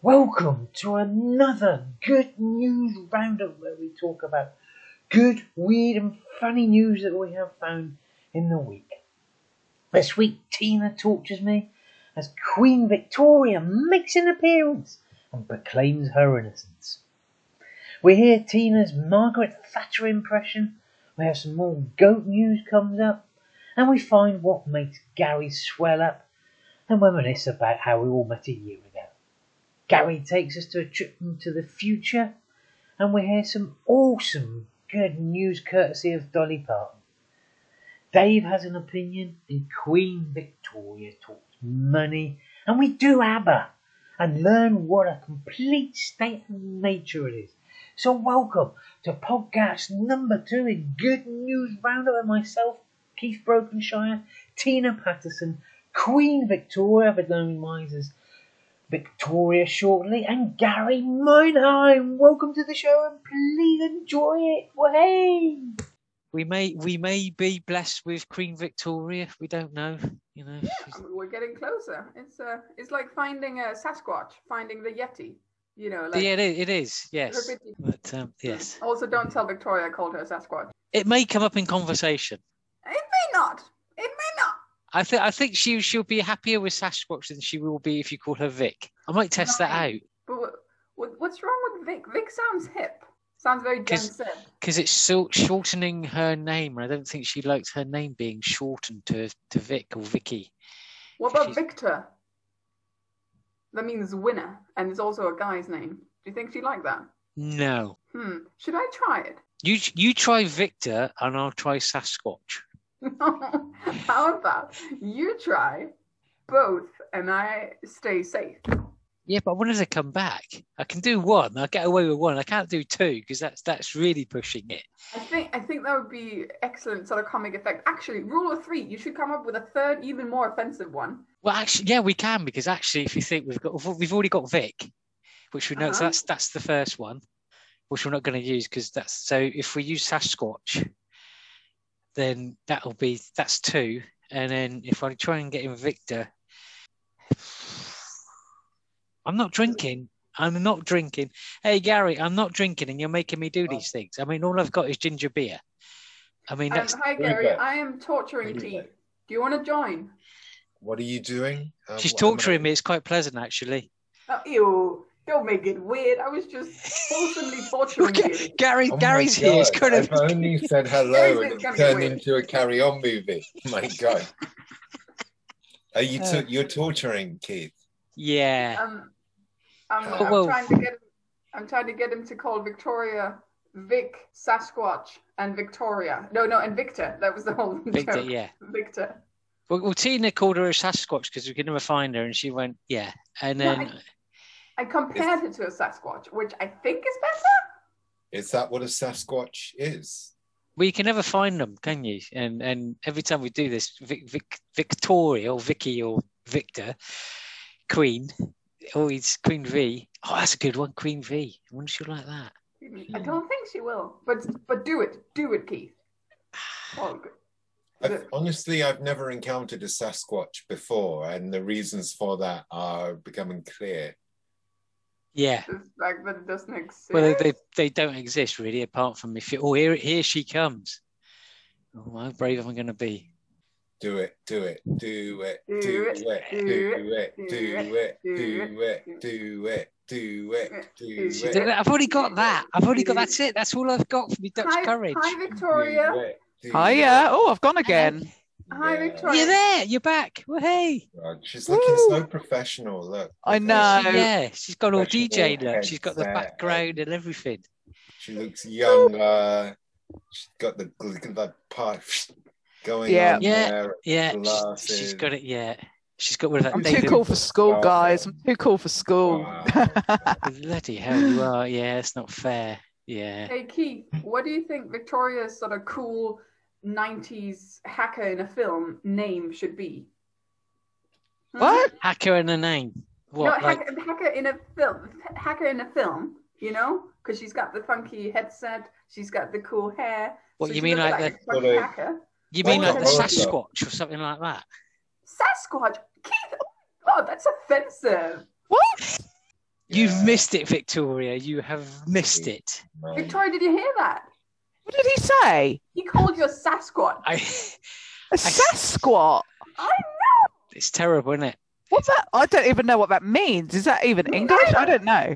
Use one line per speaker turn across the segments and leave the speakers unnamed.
Welcome to another good news roundup where we talk about good, weird, and funny news that we have found in the week. This week, Tina tortures me as Queen Victoria makes an appearance and proclaims her innocence. We hear Tina's Margaret Thatcher impression, we have some more goat news comes up, and we find what makes Gary swell up and reminisce about how we all met a year ago. Gary takes us to a trip into the future, and we hear some awesome good news courtesy of Dolly Parton. Dave has an opinion, and Queen Victoria talks money, and we do ABBA and learn what a complete state of nature it is. So, welcome to podcast number two in Good News Roundup with myself, Keith Brokenshire, Tina Patterson, Queen Victoria, but known mine as Victoria shortly, and Gary Meinheim. Welcome to the show, and please enjoy it. Well, hey,
We may we may be blessed with Queen Victoria. We don't know. You know, she's-
We're getting closer. It's uh, it's like finding a Sasquatch, finding the Yeti. You know, like
yeah, it is. It is yes,
Herbert-
but um, yes,
Also, don't tell Victoria I called her Sasquatch.
it may come up in conversation.
It may not. It may not.
I think I think she she'll be happier with Sasquatch than she will be if you call her Vic. I might test that out
But wh- wh- what's wrong with Vic? Vic sounds hip. Sounds very Gen
Kiss-
Z.
because it's so shortening her name, and I don't think she likes her name being shortened to to Vic or Vicky.
What about
she's-
Victor? That means winner, and it's also a guy's name. Do you think she'd like that?
No,
Hmm. Should I try it?
you you try Victor, and I'll try Sasquatch.
No. How about you try both, and I stay safe.
Yeah, but I wanted to come back. I can do one. I'll get away with one. I can't do two because that's that's really pushing it.
I think I think that would be excellent sort of comic effect. Actually, rule of three, you should come up with a third, even more offensive one.
Well, actually, yeah, we can because actually, if you think we've got we've already got Vic, which we know so
Uh-huh.
that's that's the first one, which we're not going to use because that's so. If we use Sasquatch, then that'll be that's two, and then if I try and get in Victor, I'm not drinking. I'm not drinking. Hey Gary, I'm not drinking, and you're making me do these things. I mean, all I've got is ginger beer. I mean,
Um,
that's
hi
very
Gary,
good.
I am torturing
Very
T.
good.
Do you want to join?
What are you doing? Um,
she's
what am I-
torturing me. It's quite pleasant actually.
Oh, ew, don't make it weird. I was just wholesomely torturing you.
Gary,
Oh my
Gary's here. It's
God,
kind of
I've only said hello
Gary's
and
been coming
it's turned
with-
into a carry-on movie. My God. Are you
Uh.
to- you're torturing Keith?
yeah.
Um, I'm,
Oh,
I'm
well.
trying to get I'm trying to get him to call Victoria Vic Sasquatch and Victoria. No, no, and Victor. That was the whole
Victor,
joke.
yeah.
Victor.
Well, well, Tina called her a Sasquatch because we could never find her, and she went, yeah. And
Yeah,
then,
I compared it to a Sasquatch, which I think is better.
Is that what a Sasquatch is?
well, you can never find them, can you? And and every time we do this, Vic, Vic, Victoria or Vicky or Victor, Queen, oh, it's Queen V. Oh, that's a good one, Queen V. I wonder if she'll like that.
I don't think she will. But but do it, do it, Keith. Oh, good.
I've, honestly, I've never encountered a Sasquatch before, and the reasons for that are becoming clear.
Yeah.
the fact that it doesn't exist.
Well, they, they they don't exist really, apart from if you. Oh, here here she comes. Oh, how brave am I going to be?
Do it, do it, do it,
Do
do
it,
it,
do
do it,
do
do it, do it, do it, do it, do
She
She
it.
did it. I've already got that. I've already got that's it. That's all I've got for me. Dutch
hi,
courage.
Hi, Victoria.
Hiya. Oh, I've gone again.
Hi, Victoria.
You're there. You're back. Well, hey.
God, she's looking
Woo.
so professional. Look,
I
Yeah,
know.
she- yeah, she's got all
But she
DJ
did
look. She's got the
exact-
background and everything.
she looks younger. She's got the look at that pipe going
Yeah.
on
Yeah.
there.
Yeah, she's- she's
Glasses.
got it. Yeah, she's got one of that.
I'm too
David-
cool for school,
Wow.
guys. I'm too cool
Oh.
for school.
Wow.
Bloody hell, you are. Yeah, it's not fair. Yeah,
Hey, Keith. What do you think Victoria's sort of cool '90s hacker in a film name should be? Hmm?
What?
hacker and a name. What?
no,
like
hacker, hacker in a film. Hacker in a film. You know, because she's got the funky headset. She's got the cool hair.
What,
so
you
she
mean
looks
like
a funky
Sort of-
hacker?
you mean
Well,
like the
well,
Sasquatch or something like that?
Sasquatch. Keith, oh my god, that's offensive.
What?
You've missed it, Victoria. You have missed it.
missed.
Victoria, did you hear that?
What did he say?
He called you a Sasquatch.
I.
A Sasquatch.
It's terrible, isn't it?
What's that? I don't even know what that means. Is that even English? I don't know.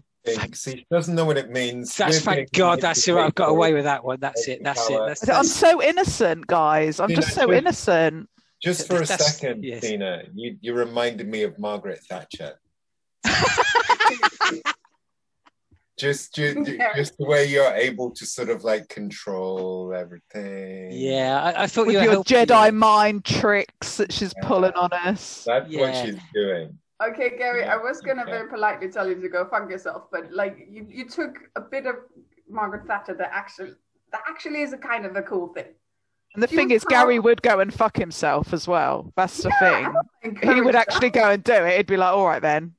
See, she doesn't know what it means.
That's
We're
thank
big
God. That's it. I've got away
people.
with that one. That's it. That's it. That's,
I'm
that's,
so innocent, guys. I'm
You
just
know,
so
just-
innocent.
Just for a
That's-
second,
yes.
Tina, you, you reminded me of Margaret Thatcher. just, ju- ju-
Yeah.
just the way you're able to sort of like control everything.
yeah, I, I thought
With
you were
your
helping me.
Jedi mind tricks that she's
Yeah.
pulling on us.
That's what
Yeah.
she's doing.
Okay, Gary, I was gonna
Okay.
very politely tell you to go fuck yourself, but like you, you took a bit of Margaret Thatcher that actually that actually is a kind of a cool thing.
And the
She
thing
was
is, Gary
proud.
would go and fuck himself as well. That's the
Yeah, I
thing.
wouldn't
He
encourage
would
that.
actually go and do it. He'd be like, all right then.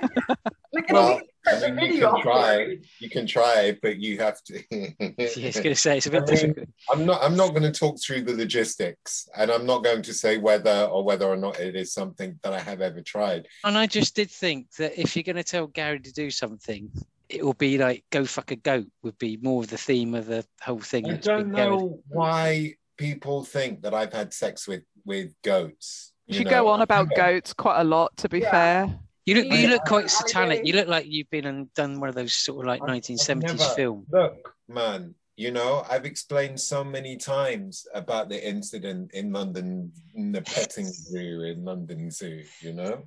like
Well,
at least there's
I
a
mean, you
video
can
of
try,
it.
you can try, but you have to.
Yeah, I was going to say it's a bit
I mean-
difficult.
I'm not. I'm not going to talk through the logistics, and I'm not going to say whether or whether or not it is something that I have ever tried.
And I just did think that if you're going to tell Gary to do something, it will be like "go fuck a goat" would be more of the theme of the whole thing.
I
that's been
don't
going.
know why people think that I've had sex with with goats.
You, go
know.
on about
Yeah.
goats quite a lot, to be
Yeah.
fair.
You look, you
Yeah.
look quite
Alligator.
satanic. You look like you've been and done one of those sort of like
I've-
1970s
I've never-
film.
Look, man, you know, I've explained so many times about the incident in London, in the petting zoo in London Zoo, you know?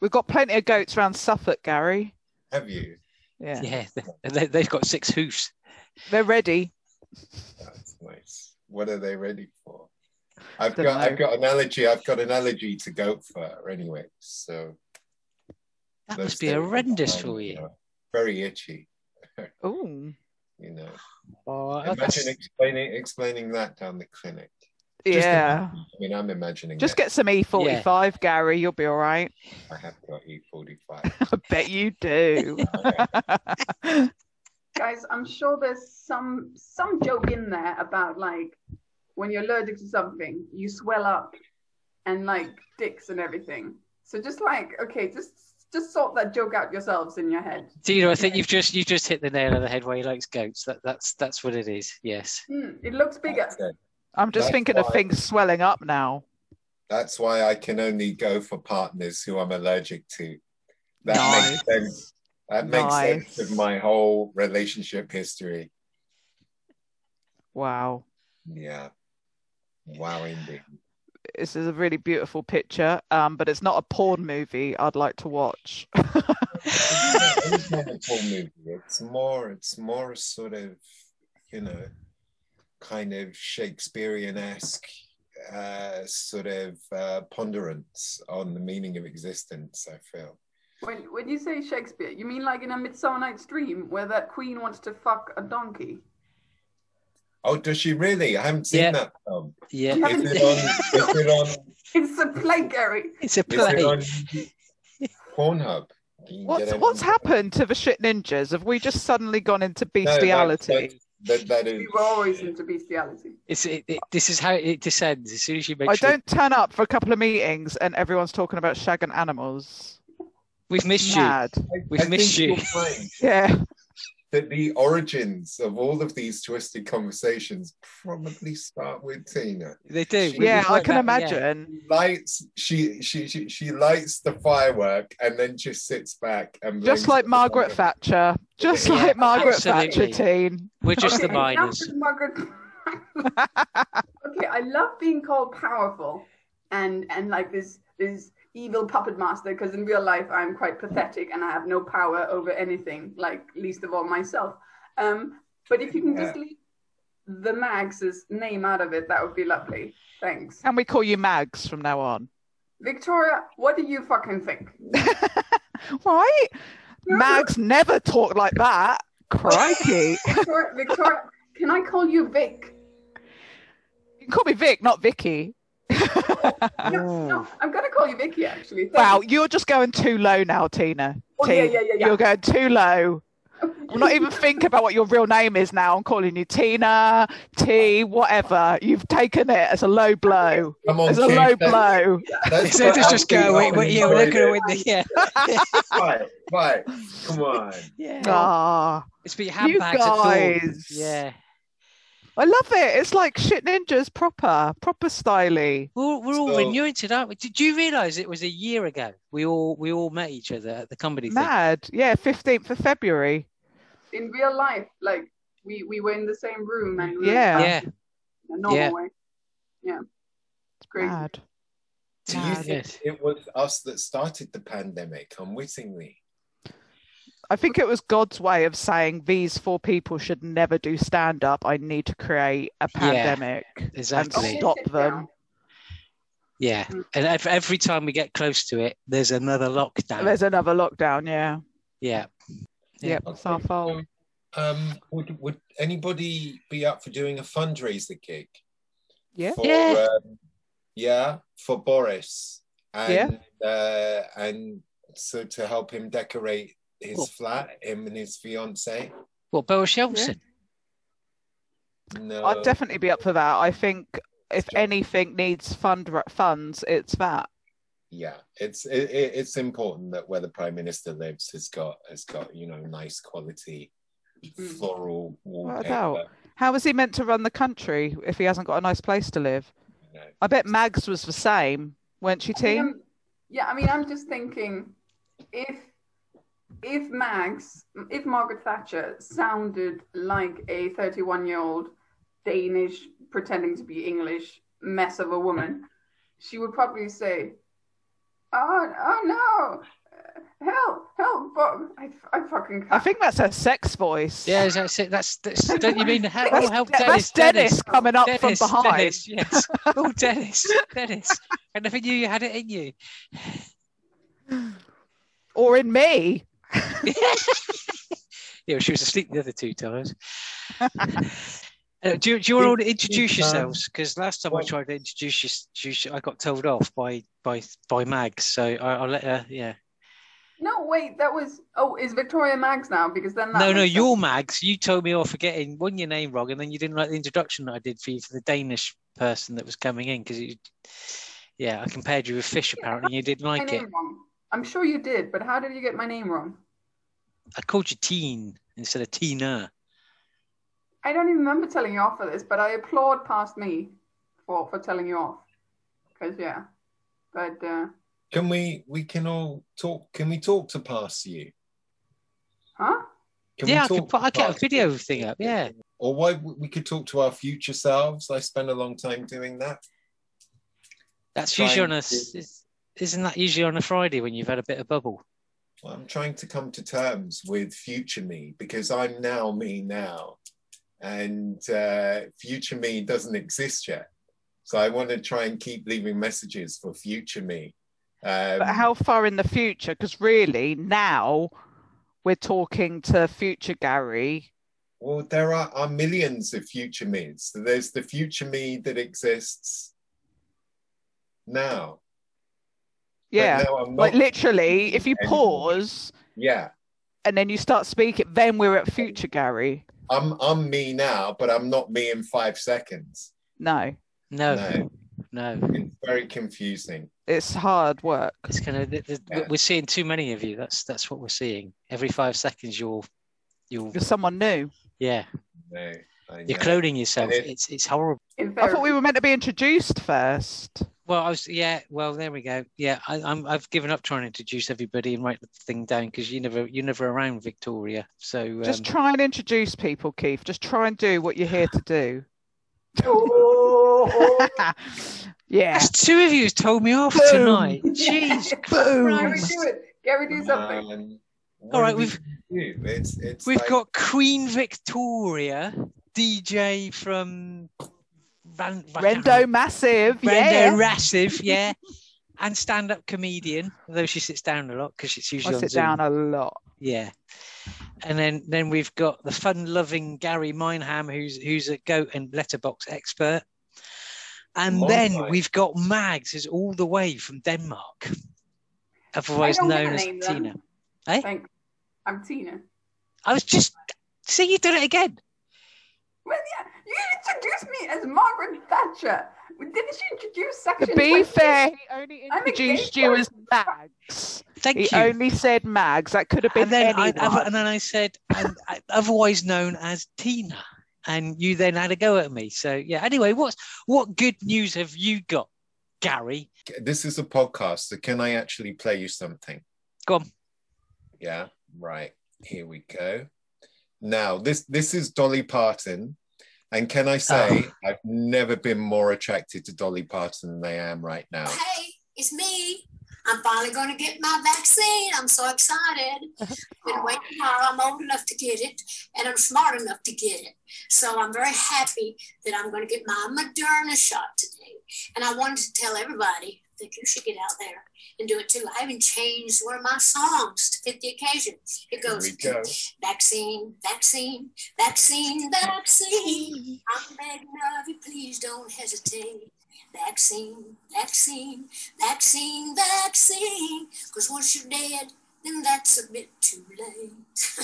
We've got plenty of goats around Suffolk, Gary.
Have you?
Yeah.
Yeah, they- they, they've got six hoofs.
They're ready.
That's nice. What are they ready for? I've
Don't
got I've
know.
got an allergy, I've got an allergy to goat fur anyway. So
That
those
must be
things are
horrendous
fine,
for you.
know, Very itchy,
Ooh.
you know.
Oh, that's-
Imagine explaining explaining that down the clinic. Just
Yeah.
imagine- I mean, I'm imagining.
Just
it.
get some E45, Gary. You'll be all right.
I have got E E45.
I bet you do.
Guys, I'm sure there's some some joke in there about like when you're allergic to something, you swell up and like dicks and everything. So just like okay, just just sort that joke out yourselves in your head.
Tina, I think you've just you just hit the nail on the head where he likes goats. That that's that's what it is. Yes.
Hmm, it looks bigger.
That's it.
I'm just
That's
thinking of
why-
things swelling up now.
That's why I can only go for partners who I'm allergic to. That makes sense. That makes
Nice.
sense of my whole relationship history.
Wow.
Yeah. Wow, indeed.
This is a really beautiful picture, um, but it's not a porn movie I'd like to watch.
it's not a full movie. It's more. It's more sort of, you know, kind of Shakespearean esque uh, sort of uh, ponderance on the meaning of existence. I feel.
When when you say Shakespeare, you mean like in a Midsummer Night's Dream where that queen wants to fuck a donkey?
Oh, does she really? I haven't seen
Yeah.
that film.
Yeah.
Is it on? Is it on?
It's a play, Gary.
It's a
Is
play.
it on Pornhub? You can
What's
get it
what's
on-
happened to the shit ninjas? Have we just suddenly gone into
No, that-
bestiality?
that- that is.
We were always into bestiality.
It's it, it, this is how it descends. As soon as you make
I
sure
don't turn up for a couple of meetings and everyone's talking about shagging animals.
we've missed you.
Mad.
We've
I
missed
think
you.
you'll find
Yeah.
that the origins of all of these twisted conversations probably start with Tina.
They do.
She-
We-
Yeah,
we've
I
worked
can
that- yeah.
imagine.
Lights, she she she, she lights the firework and then just sits back and
Just
blames
like
it on
Margaret
the-
Thatcher. Just
Yeah,
like Margaret
absolutely.
Thatcher teen.
We're just the
Okay, enough
miners.
with Margaret. okay, I love being called powerful and and like this this evil puppet master because in real life I'm quite pathetic and I have no power over anything, like least of all myself. Um, but if you can just leave the Mags' name out of it, that would be lovely. Thanks.
Can we call you Mags from now on?
Victoria, what do you fucking think?
Right? Mags never talked like that. Crikey.
Victoria, Victoria, can I call you Vic?
you can call me Vic, not Vicky.
No, no, I'm gonna call you Vicky actually. Thanks.
Wow, you're just going too low now, Tina.
Oh, yeah,
Tina,
yeah, yeah, yeah.
You're going too low. I'm not even thinking about what your real name is now. I'm calling you Tina, T, whatever. You've taken it as a low blow.
Come on,
As a
Keith,
low
let's-
blow.
let's
So
put
just just
Alfie
go away.
on
But
and
yeah, we're
enjoy
not going to
this.
win the yeah.
Right, right. Come on.
yeah.
Ah,
It's been your
you
handbags at dawn.
guys.
Yeah.
I love it. It's like shit ninjas proper, proper styly.
We're, all- we're all
So-
reunited, aren't we? Did you realise it was a year ago? We all we all met each other at the comedy thing.
Mad. Yeah, 15th of February.
in real life, like we we were in the same room and we were
Yeah.
Yeah.
in a normal
Yeah.
way. Yeah. It's crazy.
Mad.
Do you
Mad.
think it was us that started the pandemic unwittingly?
I think it was God's way of saying these four people should never do stand up. I need to create a
Yeah,
pandemic and
Exactly.
Okay,
stop
sit
them.
Yeah.
Mm.
And ev- every time we get close to it, there's another lockdown.
There's another lockdown, yeah.
yeah. Yeah.
Yep, it's our fault.
Um, would would anybody be up for doing a fundraiser gig?
Yeah.
For,
Yeah.
Um, yeah. For Boris. And, Uh, and so to help him decorate his
Cool.
flat, him and his fiance.
Well, Boris Shelton.
No.
I'd definitely be up for that. I think if anything needs fund funds, it's that.
yeah it's it, it- it's important that where the prime minister lives has got has got you know nice quality
Mm.
floral
Mm-hmm. Without a
wallpaper
doubt. How is he meant to run the country if he hasn't got a nice place to live?
you know.
I bet Mags was the same, weren't she,
I mean,
team?
I'm- yeah, I mean, I'm just thinking if if Mags, if Margaret Thatcher sounded like a 31 year old Danish pretending to be English mess of a woman, she would probably say, "Oh, oh no, Uh, help, help!" Bob. I, I fucking can't.
I think that's her sex voice.
Yeah, that's it. That's, that's don't you mean the help?
That's,
oh, help Dennis,
that's Dennis, coming up
Dennis,
from behind.
Dennis, yes. Oh, Dennis, Dennis. I never knew you had it in you.
Or in me.
Yeah, she was asleep the other two times. Uh, do, you- do you all introduce
um,
yourselves? Because last time I
well-
tried to introduce you, introduce you, I got told off by by by Mag. So I, I'll let her. Yeah.
No, wait, that was. Oh, is Victoria Mags now? Because then that
No, no,
makes
your
sense.
Mags. You told me off for getting one your name wrong, and then you didn't like the introduction that I did for you for the Danish person that was coming in because you. Yeah, I compared you with fish apparently, and you didn't
my
like it.
name wrong. I'm sure you did, but how did you get my name wrong?
I called you Teen instead of Tina.
I don't even remember telling you off for this, but I applaud past me for for telling you off. Because yeah, but uh,
can we we can all talk can we talk to past you
huh?
can
yeah,
we
I could
talk
put,
to
I get a
past
video
you?
thing up. Yeah,
or why we could talk to our future selves i spend a long time doing that
that's
Trying
usually on a.
to-
is- Isn't that usually on a Friday when you've had a bit of bubble?
Well, i'm trying to come to terms with future me because i'm now me now and uh, future me doesn't exist yet so i want to try and keep leaving messages for future me um,
But how far in the future? Because really, now we're talking to future Gary.
Well, there are, are millions of future me's. There's the future me that exists now. But uh,
Yeah.
now I'm
Like
not-
literally, if you
anymore.
pause
yeah,
and then you start speaking, then we're at future Gary.
I'm I'm me now, but I'm not me in five seconds.
No,
No,
No.
no,
It's very confusing.
it's hard work.
It's kind of th- th-
Yeah.
we're seeing too many of you. That's that's what we're seeing. Every five seconds, you're you're
You're someone new.
yeah,
No, I know.
you're cloning yourself.
And it-
It's it's horrible.
In
I
therapy.
thought we were meant to be introduced first.
Well, I was yeah. Well, there we go. Yeah, I, I'm I've given up trying to introduce everybody and write the thing down because you never you're never around Victoria. So um,
Just try and introduce people, Keith. Just try and do what you're here to do.
Oh, oh,
Yeah.
that's two of you told me off
Boom.
tonight. Jeez,
Gary,
Christ.
do it. Gary, do something.
Um, what
All right,
do
we've-
we do? It's it's
We've
like-
got Queen Victoria, DJ from Van, I can't
Rendo
remember.
Massive.
Brenda
yeah.
Rassive, yeah, and stand-up comedian, although she sits down a lot because she's
I
usually on
sit
Zoom.
down a lot.
Yeah, and then then we've got the fun-loving Gary Mineham, who's who's a goat and letterbox expert, and
Oh
then
my.
we've got Mags, who's all the way from Denmark, otherwise
I don't
known
wanna
as
name them.
Tina. Eh?
Thanks. I'm Tina.
I was just see you did it again.
Well, yeah, you introduced me as Margaret Thatcher. Didn't you introduce section?
To be
20?
fair, he only
I'm a gay
introduced you as
person.
Mags.
Thank
He
you.
only said Mags. That could have been
and then I,
anyone.
and then I said, and, I- otherwise known as Tina. And you then had a go at me. So yeah. Anyway, what's what good news have you got, Gary?
This is a podcast, so can I actually play you something?
Go on.
Yeah, right. Here we go. Now this this is Dolly Parton, and can I say
Oh.
I've never been more attracted to Dolly Parton than I am right now.
Hey, it's me. I'm finally going to get my vaccine. I'm so excited. Been waiting while I'm old enough to get it and I'm smart enough to get it. So I'm very happy that I'm going to get my Moderna shot today. And I wanted to tell everybody that you should get out there and do it too. I even changed one of my songs to fit the occasion.
Here
It goes
we go.
vaccine, vaccine, vaccine, vaccine. I'm begging of you, please don't hesitate. Vaccine, vaccine, vaccine, vaccine. Because once you're dead, then that's a bit too late.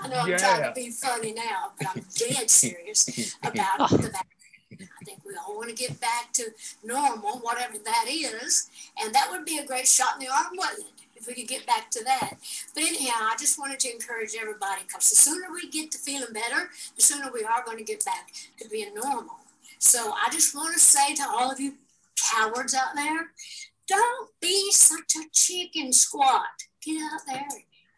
I know I'm trying to be funny now, but I'm dead serious about the vaccine. I think we all want to get back to normal, whatever that is. And that would be a great shot in the arm, wouldn't it? If we could get back to that. But anyhow, I just wanted to encourage everybody because the sooner we get to feeling better, the sooner we are going to get back to being normal. So I just want to say to all of you cowards out there, don't be such a chicken squat. Get out there,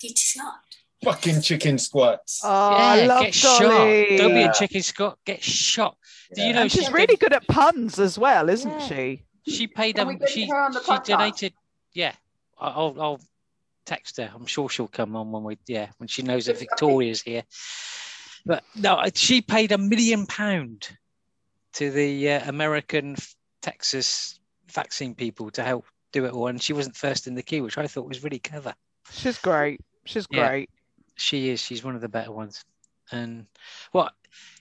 get shot.
Fucking chicken squats.
Oh, I
yeah,
love
get
Dolly.
shot. Don't be
Yeah.
a chicken Scott. Get shot. Do you
Yeah.
know
And she's
she
really good at puns as well, isn't
Yeah.
she?
She paid
Can we
um
get
she
her on the
she
podcast?
donated yeah. I- I'll I'll text her. I'm sure she'll come on when we yeah, when she knows that
Okay.
Victoria's here. But no, I- she paid a million pound to the uh, American f- Texas vaccine people to help do it all and she wasn't first in the queue, which I thought was really clever.
She's great. She's
Yeah.
great.
She is. She's one of the better ones. And what?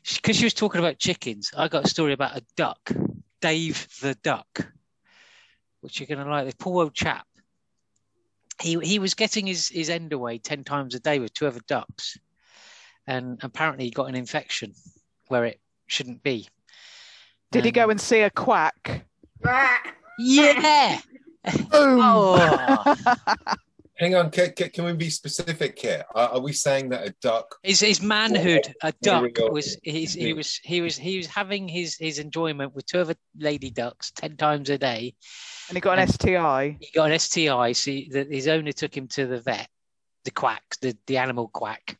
Because she was talking about chickens, I got a story about a duck, Dave the duck, which you're going to like. This poor old chap. He he was getting his his end away ten times a day with two other ducks, and apparently he got an infection where it shouldn't be.
Did he
Um,
go and see a quack?
Right.
Yeah. Oh.
Hang on, can, can, can we be specific here? Are, are we saying that a duck?
His, his manhood, a duck,
go.
was his, he
Yeah.
was he was he was having his his enjoyment with two other lady ducks ten times a day.
and he got an
And-
STI.
He got an STI. So he- the, his owner took him to the vet, the quack, the, the animal quack,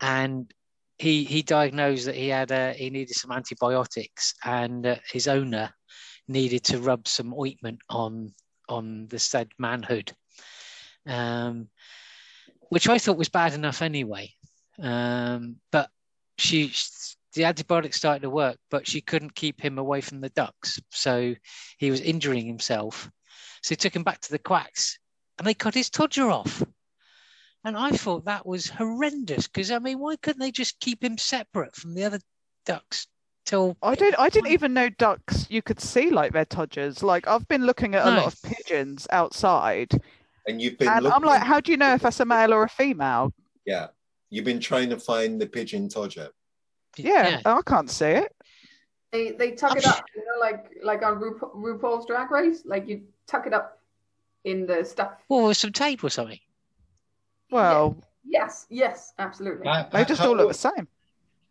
and he he diagnosed that he had uh, he needed some antibiotics, and uh, his owner needed to rub some ointment on on the said manhood, um, which I thought was bad enough anyway. Um, but she, the antibiotics started to work, but she couldn't keep him away from the ducks, so he was injuring himself. So he took him back to the quacks, and they cut his todger off. And I thought that was horrendous because I mean, why couldn't they just keep him separate from the other ducks till
I don't. I didn't even know ducks you could see like their todgers. Like I've been looking at a
No.
lot of pigeons outside,
And you've
Um,
been
and I'm
looking-
like, how do you know if that's a male or a female?
yeah, you've been trying to find the pigeon Todger.
Yeah, I can't see it.
They they tuck
I'm
it
Oh, sh-
up, you know, like like on Ru- RuPaul's Drag Race, like you tuck it up in the stuff.
Well, with some tape or something.
Well,
Yes, yes, absolutely.
How-
they just
how-
all look the same.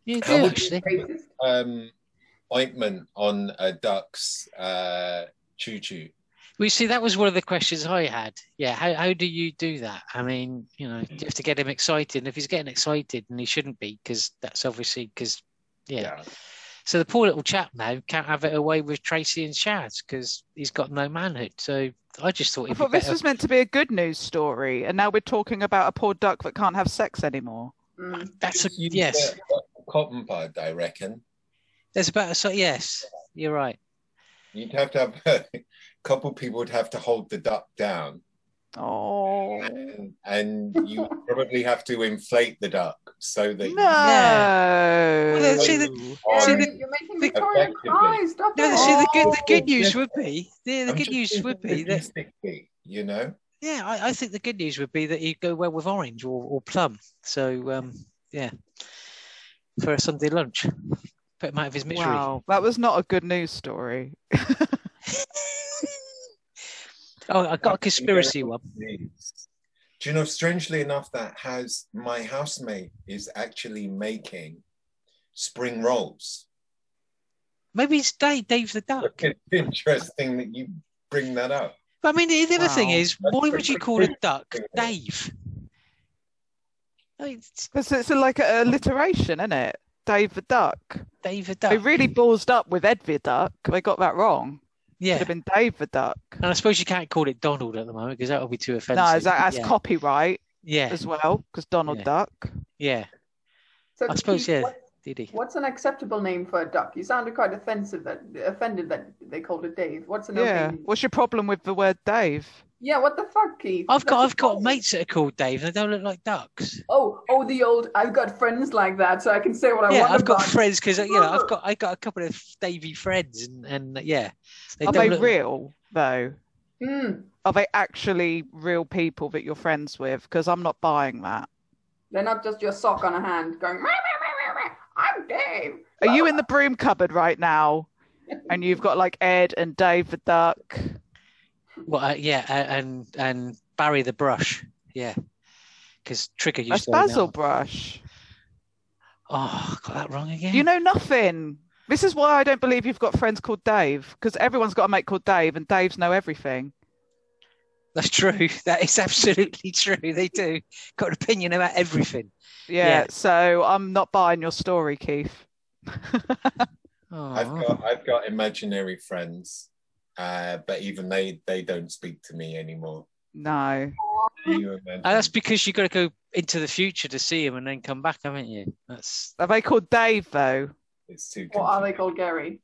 You do
How would you-
actually.
Racist.
um, ointment on a duck's uh, choo choo.
We see that was one of the questions I had. Yeah, how, how do you do that? I mean, you know, you have to get him excited. And if he's getting excited, and he shouldn't be, because that's obviously because, yeah. So the poor little chap now can't have it away with Tracy and Shaz because he's got no manhood. So I just thought
I
he'd be
thought this
better.
was meant to be a good news story, and now we're talking about a poor duck that can't have sex anymore.
Mm.
That's a
Just use
yes.
a Cotton bud, I reckon.
There's about a so yes. You're right.
You'd have to have a couple people would have to hold the duck down,
Oh
and, and you would probably have to inflate the duck so that
no!
you-
Well, see, the, See,
Gary,
the-
you're making Victoria
Effectively.
cry. Stop
no,
it.
see, the good the
Oh,
good news
yeah.
would be the, the
I'm
good
just
news
thinking
would be that
logistically, you know
Yeah, I, I think the good news would be that he'd go well with orange or, or plum. So um, yeah, for a Sunday lunch, put him out of his misery.
Wow, that was not a good news story.
Oh, I got a conspiracy one.
Jeez. Do you know, strangely enough, that house, my housemate is actually making spring rolls.
Maybe it's Dave, Dave the Duck.
It's interesting that you bring that up.
But I mean, the the other thing
Wow.
is, why would you call a duck Dave? I mean, it's
Because it's like an alliteration, isn't it? Dave the Duck.
Dave the
They
Duck.
really ballsed up with Ed the Duck. They got that wrong. Should
Yeah.
have been Dave the Duck.
And I suppose you can't call it Donald at the moment because that would be too offensive.
No, is that, that's
yeah.
copyright
yeah,
as well, because Donald
Yeah.
Duck.
yeah,
So
I suppose,
Keith,
yeah.
what-
did he?
what's an acceptable name for a duck? You sounded quite offensive that offended that they called it Dave. What's an okay
Yeah.
name?
What's your problem with the word Dave?
Yeah, what the fuck, Keith?
I've got
That's
I've got
appalling.
mates that are called Dave and they don't look like ducks.
Oh, oh, the old. I've got friends like that, so I can say what I
yeah,
want
I've got
about
friends because you know I've
No.
got I got a couple of Davy friends and and uh, yeah, they
Are
don't
they
look-
real, though?
Mm,
Are they actually real people that you're friends with? Because I'm not buying that.
they're not just your sock on a hand going. "Meow, meow, meow, meow, meow, I'm Dave.
Are you in the broom cupboard right now? And you've got like Ed and Dave the Duck.
Well, uh, yeah, a- and and Barry the brush, yeah, because Trigger used
That's
to. own that
Basil
one.
Brush.
Oh, got that wrong again.
You know nothing. This is why I don't believe you've got friends called Dave, because everyone's got a mate called Dave, and Dave's know everything.
That's true. That is absolutely true. They do. Got an opinion about everything.
Yeah,
Yeah.
so I'm not buying your story, Keith.
Oh,
I've got I've got imaginary friends, uh, but even they they don't speak to me anymore.
No.
Can you imagine?
and that's because you've got to go into the future to see him and then come back, haven't you? That's
Are they called Dave, though?
it's too.
Or are they
confusing.
called Gary?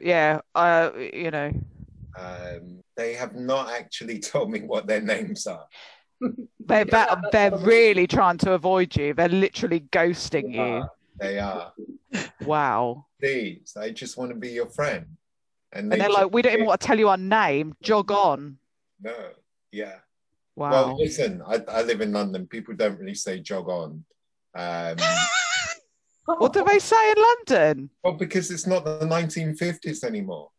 Yeah, uh, you know.
um, they have not actually told me what their names are.
They're,
Yeah,
that,
that's
they're
probably-
really trying to avoid you. They're literally ghosting
They
you.
are. They are.
Wow.
Please, I just want to be your friend. And,
And they're
just-
like, we don't even want to tell you our name. Jog on.
No. Yeah. Well,
Wow.
listen, I, I live in London. People don't really say jog on. Um,
What do they say in London?
well, because it's not the 1950s anymore.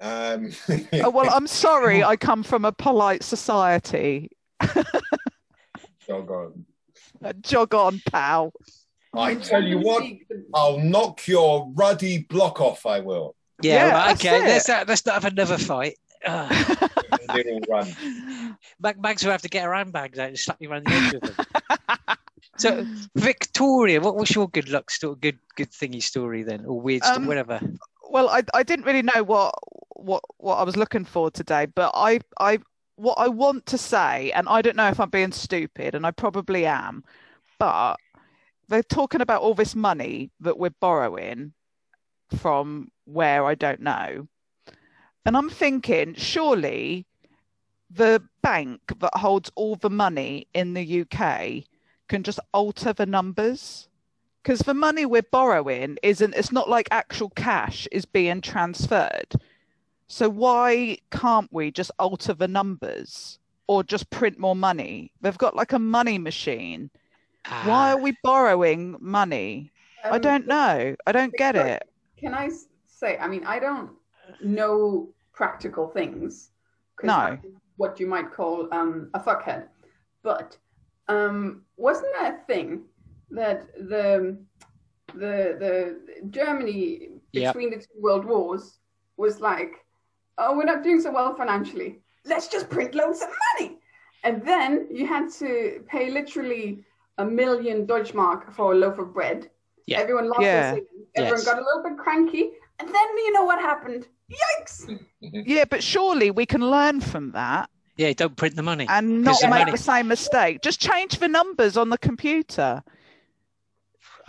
Um,
Oh, well, I'm sorry. I come from a polite society.
jog on.
Jog on, pal.
I tell you what, I'll knock your ruddy block off. I will.
yeah.
Yeah,
right,
that's
okay.
it.
Let's not, let's not have another fight. Uh,
Little run.
Mag Mags will have to get her handbags out and slap you around the edge of them. so, Victoria, what was your good luck story? Good, good thingy story then, or weird story,
Um,
whatever.
Well, I I didn't really know what what what I was looking for today, but I I what I want to say, and I don't know if I'm being stupid, and I probably am, but they're talking about all this money that we're borrowing from where I don't know. And I'm thinking, surely the bank that holds all the money in the UK can just alter the numbers. Because the money we're borrowing isn't, it's not like actual cash is being transferred. So why can't we just alter the numbers or just print more money? They've got like a money machine. Why
Ah,
are we borrowing money? I
Um,
don't know. I don't get
Victor-
it.
Can I s- say? I mean, I don't know practical things. 'cause
No.
I'm What you might call um, a fuckhead, but um, wasn't that a thing that the the the Germany
Yep.
between the two world wars was like, oh, we're not doing so well financially. Let's just print loads of money, and then you had to pay literally a million Deutschmark for a loaf of bread.
Yeah.
Everyone lost
Yeah.
their savings. Everyone
Yes.
got a little bit cranky, and then you know what happened? Yikes!
Yeah, but surely we can learn from that
yeah, don't print the money.
and
Because
not
the
make
money-
the same mistake. Just change the numbers on the computer.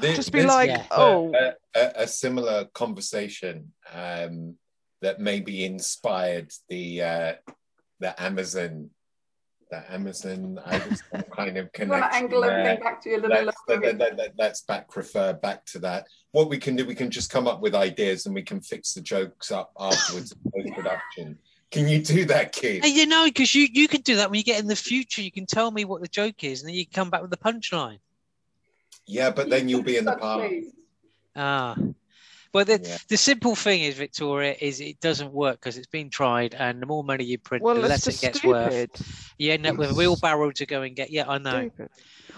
Thi-
Just be
this
like,
is a-
oh.
a, a, a similar conversation um, that maybe inspired the uh, the Amazon, the Amazon. I was some kind of
You want to
connection
angle
there.
everything back to your little
Let's,
logo
let, let, let, let's back refer back to that. What we can do, we can just come up with ideas and we can fix the jokes up afterwards in post production. Can you do that, kid?
Hey, you know, because you, you can do that when you get in the future. You can tell me what the joke is, and then you can come back with the punchline.
Yeah, but then you'll be in the
Such
park.
ways.
Ah. Well, the,
Yeah.
the simple thing is, Victoria, is it doesn't work because it's been tried, and the more money you print,
Well,
the
it's
less
just
it gets worth.
stupid.
You end up with a wheelbarrow to go and get. Yeah, I know.
Stupid.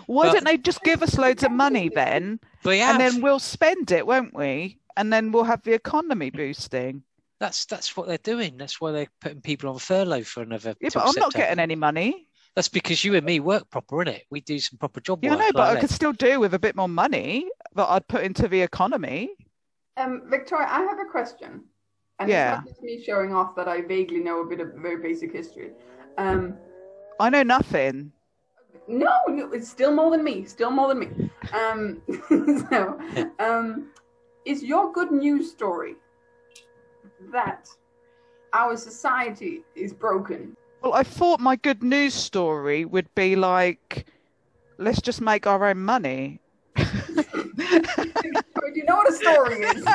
Why
But-
don't they just give us loads of money then,
But yeah,
and then we'll spend it, won't we? And then we'll have the economy boosting.
that's that's what they're doing. That's why they're putting people on furlough for another.
Yeah,
till
but I'm not
September.
getting any money.
That's because you and me work proper, innit? We do some proper job
Yeah, I
work.
know, but
like
I
that.
could still do with a bit more money that I'd put into the economy.
Um, Victoria, I have a question. And
Yeah.
it's not just me showing off that I vaguely know a bit of very basic history. Um,
I know nothing.
no, no, it's still more than me. Still more than me. Um, so, um, is your good news story that our society is broken?
Well, I thought my good news story would be like, let's just make our own money.
Do you know what a story is?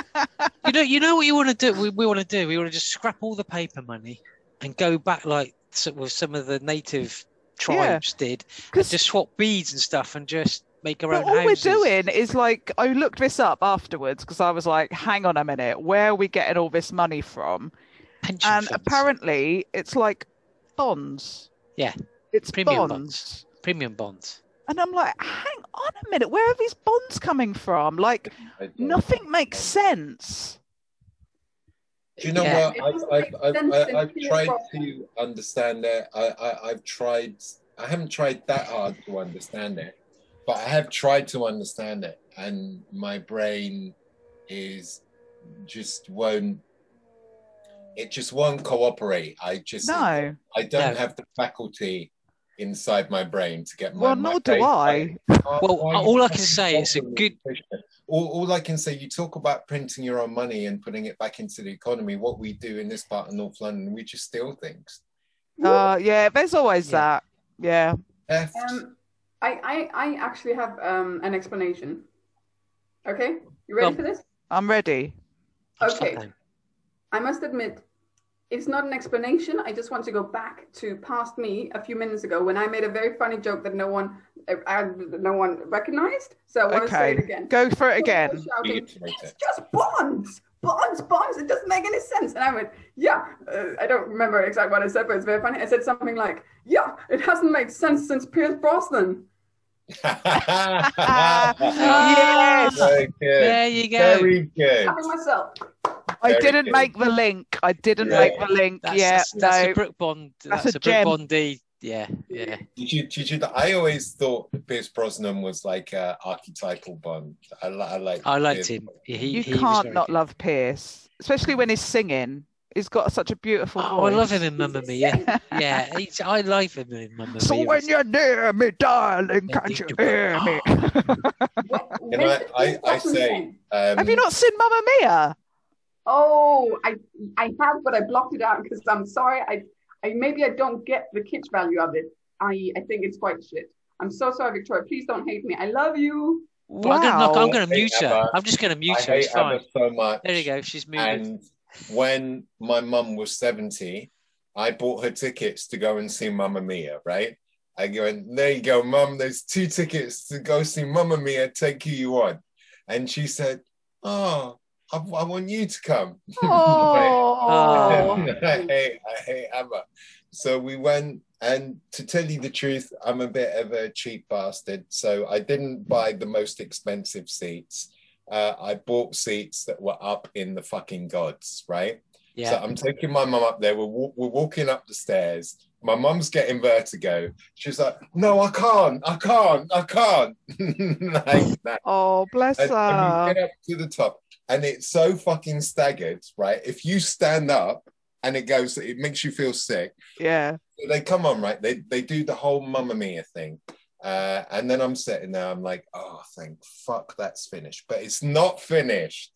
you know, you know what you want to do. We, we want to do. We want to just scrap all the paper money and go back like so, with some of the native tribes did, and
'Cause-
just swap beads and stuff, and just make our
But
own
all
houses.
we're doing is like, I looked this up afterwards because I was like, hang on a minute, where are we getting all this money from?
Pension
And
funds,
apparently, it's like bonds.
Yeah.
It's
Premium
bonds.
bonds. premium bonds.
And I'm like, hang on a minute, where are these bonds coming from? Like,
I don't-
nothing makes sense.
Do you know
Yeah.
what? I've, I've, I've, I've, I've tried to understand it. I, I, I've tried, I haven't tried that hard to understand it, but I have tried to understand it. And my brain is just won't, it just won't cooperate. I just,
No.
I don't
No.
have the faculty inside my brain to get my
Well,
my
nor do
brain-
I.
Why-
Well,
why
all
you
I can say is a
fucking
good-
efficient? All, all I can say, you talk about printing your own money and putting it back into the economy. What we do in this part of North London, we just steal things.
Uh, yeah, there's always
Yeah.
that. Yeah.
Theft.
Um, I, I, I actually have um, an explanation. Okay, you
Well-
ready for this?
I'm ready.
I'm stuck
Okay.
now.
I must admit, it's not an explanation. I just want to go back to past me a few minutes ago when I made a very funny joke that no one, uh, uh, no one recognized. So I want to say
Okay.
it again.
Go for it
People were
again.
shouting,
Reiterate
it's
it.
just bonds, bonds, bonds. It doesn't make any sense. And I went, yeah. Uh, I don't remember exactly what I said, but it's very funny. I said something like, yeah, it hasn't made sense since Pierce Brosnan.
Ah, Um, yes.
Very good.
There you go.
Very good.
Having myself.
I
Very
didn't
good.
make the link. I didn't
Yeah.
make the link.
that's,
yeah,
that's, that's
no.
a Brooke Bond.
That's
That's,
a
a, Brooke
gem.
Bondy. Yeah, yeah.
Did you, did you, I always thought Pierce Brosnan was like uh, archetypal Bond. I, li- I like.
I liked him. He,
You
he was
can't
very
not
good.
love Pierce, especially when he's singing. He's got such a beautiful
Oh, I love
voice.
him in Mamma Mia. Yeah, he's, I like him in Mamma Mia.
So when you're near me, darling,
Yeah,
can't you
you-
hear me?
When, when
I-
did
I-
Pierce
I
Brosnan
say-
sing?
Um,
Have you not seen Mamma Mia?
Oh, I I have, but I blocked it out because I'm sorry. I, I maybe I don't get the kitsch value of it. I I think it's quite shit. I'm so sorry, Victoria. Please don't hate me. I love you.
But I'm gonna, look,
Wow.
I'm gonna
Hey,
mute her.
Emma.
I'm just gonna mute
I
her. It's
hate
fine.
Emma so much.
There you go. She's muted.
And when my mum was 70, I bought her tickets to go and see Mamma Mia, right? I go, there you go, mum, there's two tickets to go see Mamma Mia, take who you want. And she said, oh, I, I want you to come. Ah.
Oh.
I hate, I hate Emma. So we went, and to tell you the truth, I'm a bit of a cheap bastard. So I didn't buy the most expensive seats. Uh, I bought seats that were up in the fucking gods, right? So
Yeah.
I'm taking my mum up there. We're, wa- we're walking up the stairs. My mum's getting vertigo. She's like, no, I can't. I can't. I can't. like that.
Oh, bless
And, and
her.
you get up to the top, and it's so fucking staggered, right? If you stand up and it goes, it makes you feel sick.
Yeah.
They come on, right? They they do the whole Mamma Mia thing, uh, and then I'm sitting there. I'm like, oh, thank fuck, that's finished. But it's not finished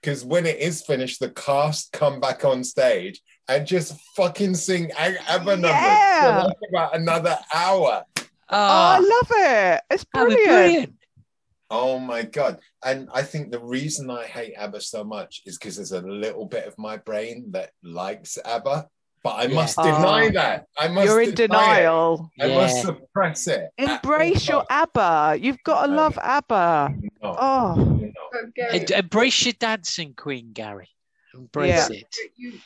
because when it is finished, the cast come back on stage and just fucking sing Ang ABBA numbers
Yeah.
for like about another hour.
Oh, I
Ah,
love it. It's
that'd be
brilliant.
brilliant.
Oh my god! And I think the reason I hate ABBA so much is because there's a little bit of my brain that likes ABBA. but I
Yeah.
must
Oh.
deny that. I must.
You're in
deny it.
denial.
I must
Yeah.
suppress it.
Embrace your ABBA. You've got to
No.
love ABBA.
No,
Oh,
no.
Okay.
Em- Embrace your dancing queen, Gary. Embrace it.
you,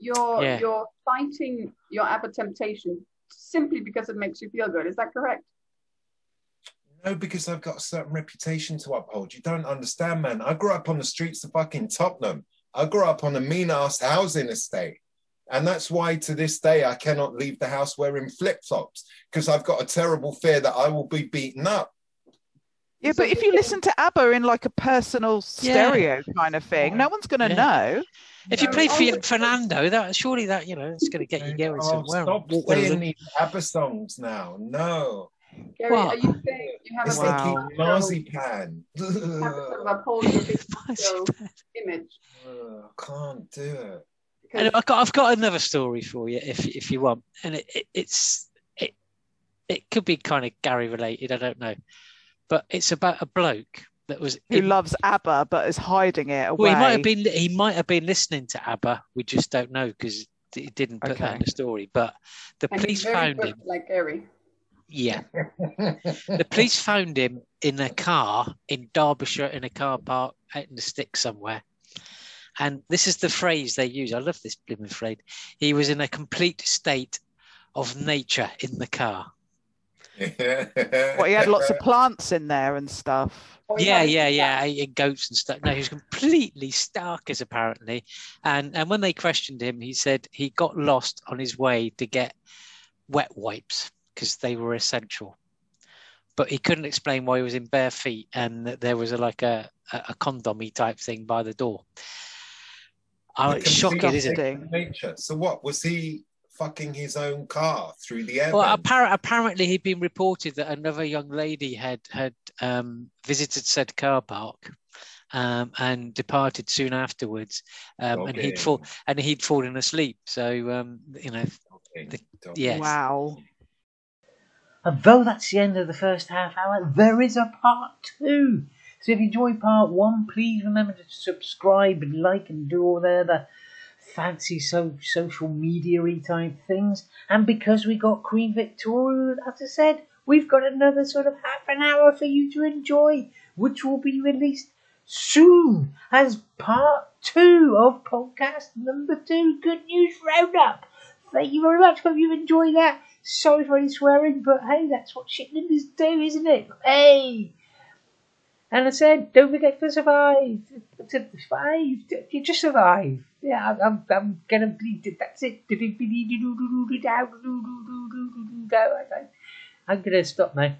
you're
Yeah.
you're fighting your upper temptation simply because it makes you feel good. Is that correct?
No, because I've got a certain reputation to uphold. You don't understand, man. I grew up on the streets of fucking Tottenham. I grew up on a mean ass housing estate. And that's why to this day I cannot leave the house wearing flip flops because I've got a terrible fear that I will be beaten up.
yeah. But if you listen to ABBA in like a personal stereo kind of thing, no one's going to
Yeah.
know.
If you
No,
play for
always-
Fernando, that surely that you know it's going to get you going
Oh,
somewhere.
stop
Walk with
saying
them.
these ABBA songs now. No.
Gary,
What?
are you saying you have
It's
a
Wow.
like eating marzipan.
habit of
Ugh,
upholding your big ego image?
I can't do it.
And
Because
I've got, I've got another story for you if if you want, and it, it, it's it it could be kind of Gary related. I don't know, but it's about a bloke that was
Who
in-
loves ABBA but is hiding it away?
Well, he might have been he might have been listening to ABBA. We just don't know because he didn't put that in
Okay.
the story. But the
and he's
police
very
found
good,
him.
like Gary.
Yeah, the police found him in a car in Derbyshire in a car park out in the stick somewhere. And this is the phrase they use. I love this blooming phrase. He was in a complete state of nature in the car.
What, he had lots of plants in there and stuff.
Or he
yeah,
had-
yeah, yeah, and goats and stuff. No, he was completely starkers apparently, and and when they questioned him, he said he got lost on his way to get wet wipes because they were essential, but he couldn't explain why he was in bare feet and that there was a, like a a, a condomy type thing by the door. Oh,
The
it's shocking,
complete
isn't it?
Disgusting.
nature. So what was he fucking his own car through the air?
Well,
vent?
appar- apparently he'd been reported that another young lady had had um, visited said car park um, and departed soon afterwards, um, and he'd
Okay.
fall and he'd fallen asleep. So um, you know,
Okay,
the-
don't-
yeah. Yes.
Wow.
And though that's the end of the first half hour, there is a part two. So if you enjoyed part one, please remember to subscribe, like, and do all the other fancy so- social media y type things. And because we got Queen Victoria, as I said, we've got another sort of half an hour for you to enjoy, which will be released soon as part two of podcast number two Good News Roundup. Thank you very much. Hope you enjoyed that. Sorry for any swearing, but hey, that's what shitlanders do, isn't it? Hey! And I said, don't forget to survive. To survive. You just survive. Yeah, I'm, I'm, I'm gonna be. That's it. I'm gonna stop now.